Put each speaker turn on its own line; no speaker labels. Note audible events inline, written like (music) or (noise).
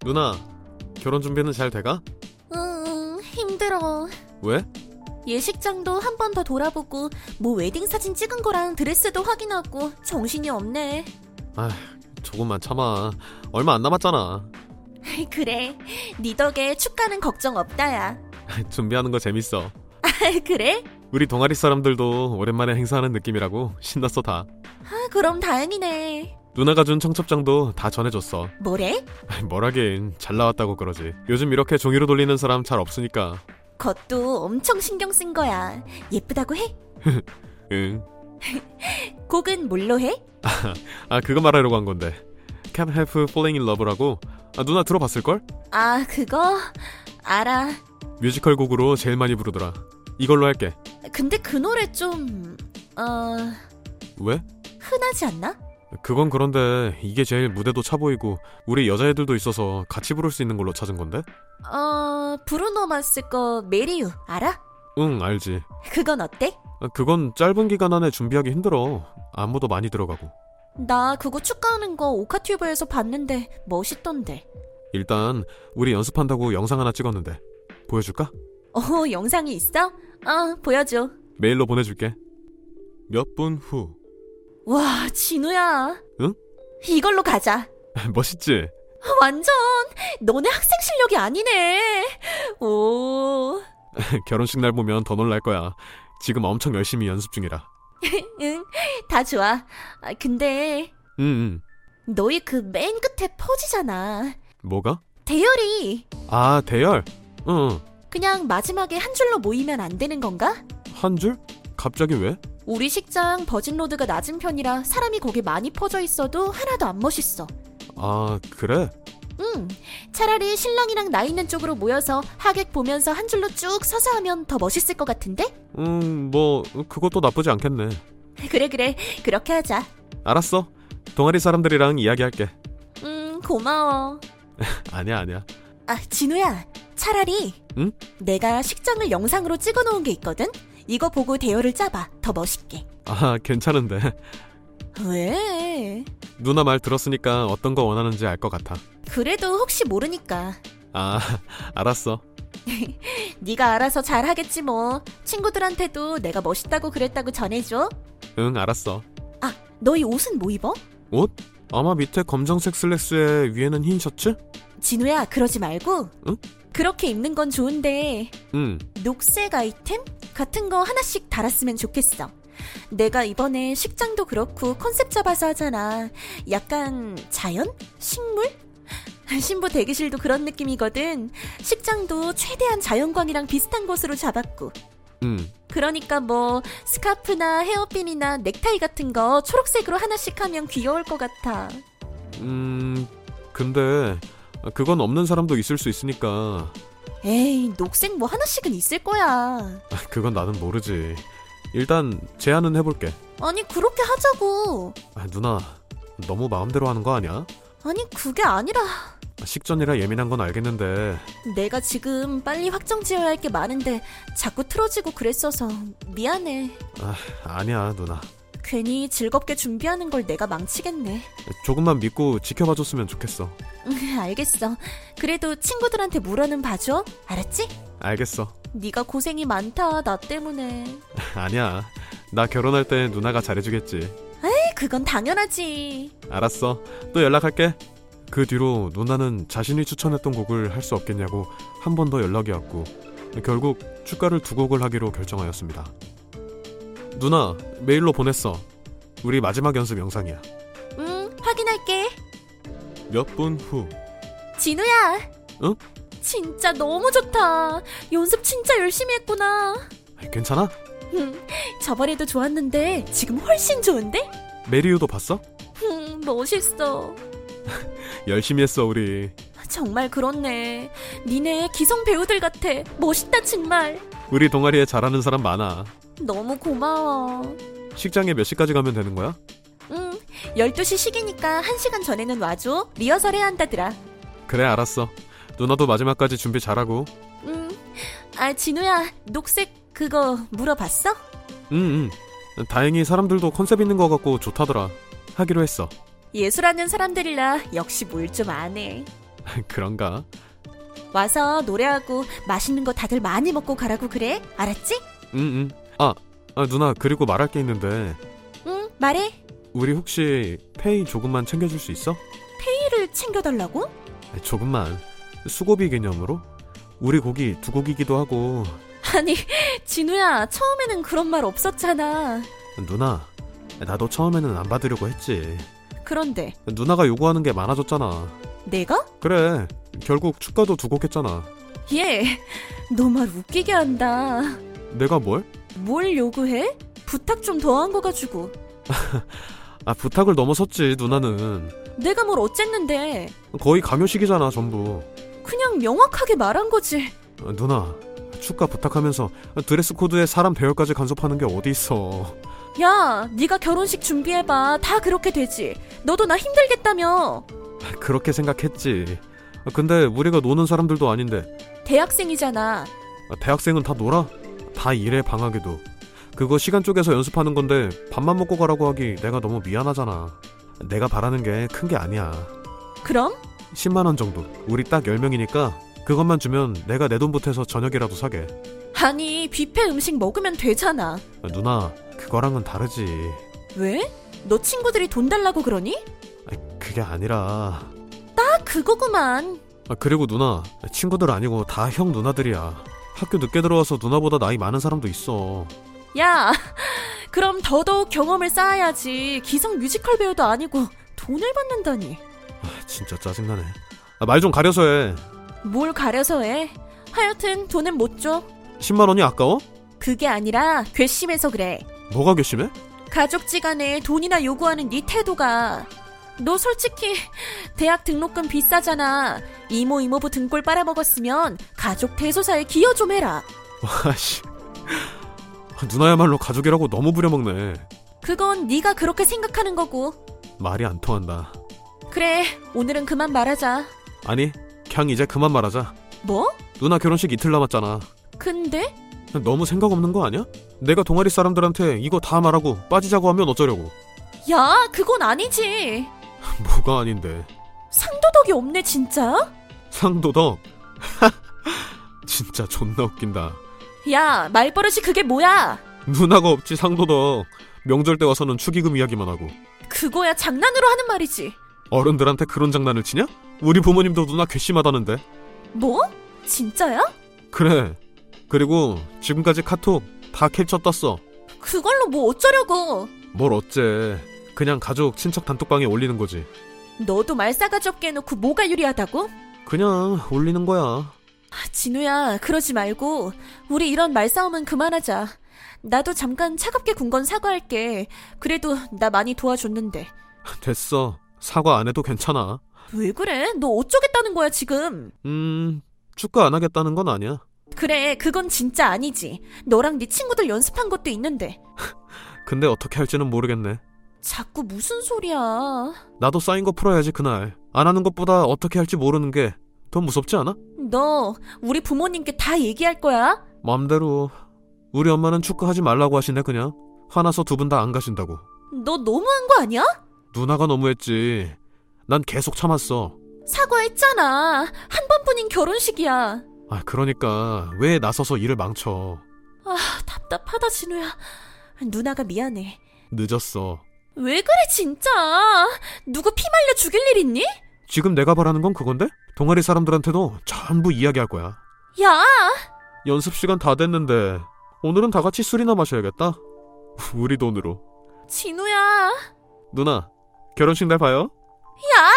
누나, 결혼 준비는 잘 돼가?
응, 음, 힘들어.
왜?
예식장도 한 번 더 돌아보고, 뭐 웨딩 사진 찍은 거랑 드레스도 확인하고, 정신이 없네. (laughs)
조금만 참아. 얼마 안 남았잖아.
그래. 네 덕에 축가는 걱정 없다야. (laughs)
준비하는 거 재밌어.
그래?
우리 동아리 사람들도 오랜만에 행사하는 느낌이라고 신났어 다.
아, 그럼 다행이네.
누나가 준 청첩장도 다 전해줬어. (laughs)
뭐래?
뭐라긴 잘 나왔다고 그러지. 요즘 이렇게 종이로 돌리는 사람 잘 없으니까.
겉도 엄청 신경 쓴 거야. 예쁘다고 해?
응.
곡은 뭘로 해?
아 그거 말하려고 한 건데. Can't Help Falling in Love라고. 아, 누나 들어봤을 걸?
아, 그거? 알아.
뮤지컬 곡으로 제일 많이 부르더라. 이걸로 할게.
근데 그 노래 좀, 어,
왜?
흔하지 않나?
그건 그런데 이게 제일 무대도 차 보이고 우리 여자애들도 있어서 같이 부를 수 있는 걸로 찾은 건데?
어, 브루노 마스 거 메리유, 알아?
응 알지.
그건 어때?
아, 그건 짧은 기간 안에 준비하기 힘들어. 안무도 많이 들어가고.
나 그거 축가하는 거 오카튜브에서 봤는데 멋있던데.
일단 우리 연습한다고 영상 하나 찍었는데 보여줄까?
어, 영상이 있어? 어, 보여줘.
메일로 보내줄게. 몇 분 후. (laughs)
와, 진우야.
응?
이걸로 가자.
멋있지? (laughs)
완전 너네 학생 실력이 아니네. 오,
결혼식 날 보면 더 놀랄 거야. 지금 엄청 열심히 연습 중이라.
응, 다 좋아. 아, 근데
응, 응.
너희 그 맨 끝에 퍼지잖아.
뭐가?
대열이
아, 대열. 응, 응.
그냥 마지막에 한 줄로 모이면 안 되는 건가?
한 줄? 갑자기 왜?
우리 식장 버진로드가 낮은 편이라 사람이 거기 많이 퍼져 있어도 하나도 안 멋있어.
아, 그래?
응, 차라리 신랑이랑 나 있는 쪽으로 모여서 하객 보면서 한 줄로 쭉 서서 하면 더 멋있을 것 같은데? (laughs)
음, 뭐 그것도 나쁘지 않겠네.
그래, 그래. 그렇게 하자.
알았어. 동아리 사람들이랑 이야기할게.
음, 고마워.
아니야, 아니야.
아, 진우야. 차라리.
응?
내가 식장을 영상으로 찍어 놓은 게 있거든? 이거 보고 대열을 짜봐. 더 멋있게.
아, 괜찮은데.
왜?
누나 말 들었으니까 어떤 거 원하는지 알 것 같아.
그래도 혹시 모르니까.
아, (laughs) 알았어.
네가 알아서 잘 하겠지 뭐. 친구들한테도 내가 멋있다고 그랬다고 전해줘. 아,
응, 알았어.
너희 옷은 뭐 입어?
옷? 아마 밑에 검정색 슬랙스에 위에는 흰 셔츠?
진우야, 그러지 말고.
응?
그렇게 입는 건 좋은데
응.
녹색 아이템 같은 거 하나씩 달았으면 좋겠어. 내가 이번에 식장도 그렇고 컨셉 잡아서 하잖아. 약간 자연? 식물? 신부 대기실도 그런 느낌이거든. 식장도 최대한 자연광이랑 비슷한 곳으로 잡았고.
응.
그러니까 뭐 스카프나 헤어핀이나 넥타이 같은 거 초록색으로 하나씩 하면 귀여울 것 같아.
음, 근데 그건 없는 사람도 있을 수 있으니까
에이, 녹색 뭐 하나씩은 있을 거야.
그건 나는 모르지. 일단 제안은 해볼게.
아니, 그렇게 하자고.
아, 누나, 너무 마음대로 하는 거 아니야?
아니, 그게 아니라
식전이라 예민한 건 알겠는데
내가 지금 빨리 확정 지어야 할 게 많은데 자꾸 틀어지고 그랬어서 미안해.
아니야 누나
괜히 즐겁게 준비하는 걸 내가 망치겠네.
조금만 믿고 지켜봐줬으면 좋겠어
응, 알겠어. 그래도 친구들한테 물어는 봐줘. 알았지?
알겠어 (laughs)
네가 고생이 많다, 나 때문에. 네,
아니야 나 결혼할 때 누나가 잘해주겠지
에이, 그건 당연하지.
알았어 또 연락할게 그 뒤로 누나는 자신이 추천했던 곡을 할 수 없겠냐고 한 번 더 연락이 왔고 결국 축가를 두 곡을 하기로 결정하였습니다 누나 메일로 보냈어 우리 마지막 연습 영상이야
응, 확인할게.
몇 분 후
진우야.
응?
진짜 너무 좋다. 연습 진짜 열심히 했구나.
괜찮아?
음, 저번에도 좋았는데 지금 훨씬 좋은데?
메리유도 봤어?
음, 멋있어.
열심히 했어 우리
정말 그렇네. 니네 기성 배우들 같아. 멋있다 정말.
우리 동아리에 잘하는 사람 많아
너무 고마워.
식장에 몇 시까지 가면 되는 거야?
응, 12시 시기니까 1시간 전에는 와줘. 리허설 해야 한다더라.
그래 알았어 누나도 마지막까지 준비 잘하고
응, 아, 진우야, 녹색 그거 물어봤어?
응응 다행히 사람들도 컨셉 있는 거 같고 좋다더라 하기로 했어 (laughs)
예술하는 사람들이라 역시 뭘 좀 아네.
그런가?
와서 노래하고 맛있는 거 다들 많이 먹고 가라고 그래. 알았지?
응, 응. 아, 아, 누나, 그리고 말할 게 있는데,
응, 말해.
우리 혹시 페이 조금만 챙겨줄 수 있어? 아,
회의를 챙겨달라고?
조금만. 수고비 개념으로? 우리 고기 두 고기기도 하고,
아니, 진우야, 처음에는 그런 말 없었잖아.
누나, 나도 처음에는 안 받으려고 했지.
그런데
누나가 요구하는 게 많아졌잖아.
내가?
그래, 결국 축가도 두 곡 했잖아.
얘, 예. 너 말 웃기게 한다.
내가 뭘?
뭘 요구해? 부탁 좀 더 한 거 가지고.
아, 부탁을 넘어섰지, 누나는.
내가 뭘 어쨌는데.
거의 강요식이잖아, 전부.
그냥 명확하게 말한 거지.
어, 누나, 축가 부탁하면서 드레스 코드에 사람 배열까지 간섭하는 게 어디 있어. (laughs)
야, 네가 결혼식 준비해봐. 다 그렇게 되지. 너도 나 힘들겠다며.
그렇게 생각했지. 근데 우리가 노는 사람들도 아닌데
대학생이잖아.
대학생은 다 놀아? 다 일해 방학에도. 그거 시간 쪼개서 연습하는 건데 밥만 먹고 가라고 하기 내가 너무 미안하잖아. 내가 바라는 게 큰 게 아니야.
그럼?
10만 원 정도. 우리 딱 10명이니까 그것만 주면 내가 내 돈 보태서 저녁이라도 사게.
아니, 뷔페 음식 먹으면 되잖아.
누나, 그거랑은 다르지.
왜? 너 친구들이 돈 달라고 그러니?
그게 아니라.
아, 그거구만.
아, 그리고 누나, 친구들 아니고 다 형 누나들이야. 학교 늦게 들어와서 누나보다 나이 많은 사람도 있어.
야, (laughs) 그럼 더더욱 경험을 쌓아야지. 기성 뮤지컬 배우도 아니고 돈을 받는다니.
아, 진짜 짜증나네. 아, 말 좀 가려서 해.
뭘 가려서 해. 하여튼 돈은 못 줘.
10만 원이 아까워?
그게 아니라 괘씸해서 그래.
뭐가 괘씸해? (laughs)
가족지간에 돈이나 요구하는 네 태도가. 너 솔직히 대학 등록금 비싸잖아. 이모 이모부 등골 빨아먹었으면 가족 대소사에 기여 좀 해라.
와씨. 아, 누나야말로 가족이라고 너무 부려먹네.
그건 네가 그렇게 생각하는 거고.
말이 안 통한다.
그래, 오늘은 그만 말하자.
아니, 그냥 이제 그만 말하자.
뭐?
누나 결혼식 이틀 남았잖아.
근데?
너무 생각 없는 거 아니야? 내가 동아리 사람들한테 이거 다 말하고 빠지자고 하면 어쩌려고. (laughs)
야, 그건 아니지.
뭐가 아닌데.
상도덕이 없네 진짜?
상도덕. (laughs) 진짜 존나 웃긴다.
야 말버릇이 그게 뭐야?
누나가 없지 상도덕. 명절 때 와서는 축의금 이야기만 하고.
그거야 장난으로 하는 말이지
어른들한테 그런 장난을 치냐? 우리 부모님도 누나 괘씸하다는데.
뭐? 진짜야?
그래. 그리고 지금까지 카톡 다 캡처 떴어.
그걸로 뭐 어쩌려고
뭘 어째. 그냥 가족, 친척 단톡방에 올리는 거지.
너도 말싸가지 없게 해놓고 뭐가 유리하다고?
그냥 올리는 거야.
아, 진우야 그러지 말고 우리 이런 말싸움은 그만하자 나도 잠깐 차갑게 군 건 사과할게 그래도 나 많이 도와줬는데
됐어. 사과 안 해도 괜찮아.
왜 그래? 너 어쩌겠다는 거야 지금
음, 축구 안 하겠다는 건 아니야.
그래 그건 진짜 아니지 너랑 네 친구들 연습한 것도 있는데
근데 어떻게 할지는 모르겠네.
자꾸 무슨 소리야
나도 쌓인 거 풀어야지, 그날. 안 하는 것보다 어떻게 할지 모르는 게 더 무섭지 않아?
너 우리 부모님께 다 얘기할 거야?
맘대로. 우리 엄마는 축구 하지 말라고 하시네, 그냥. 화나서 두 분 다 안 가신다고.
너 너무한 거 아니야?
누나가 너무했지. 난 계속 참았어.
사과했잖아. 한 번뿐인 결혼식이야.
아, 그러니까 왜 나서서 일을 망쳐?
아, 답답하다 진우야. 누나가 미안해.
늦었어.
왜 그래 진짜? 누구 피 말려 죽일 일 있니?
지금 내가 바라는 건 그건데? 동아리 사람들한테도 전부 이야기할 거야.
야,
연습 시간 다 됐는데 오늘은 다 같이 술이나 마셔야겠다. (laughs) 우리 돈으로.
진우야.
누나, 결혼식 날 봐요.
야.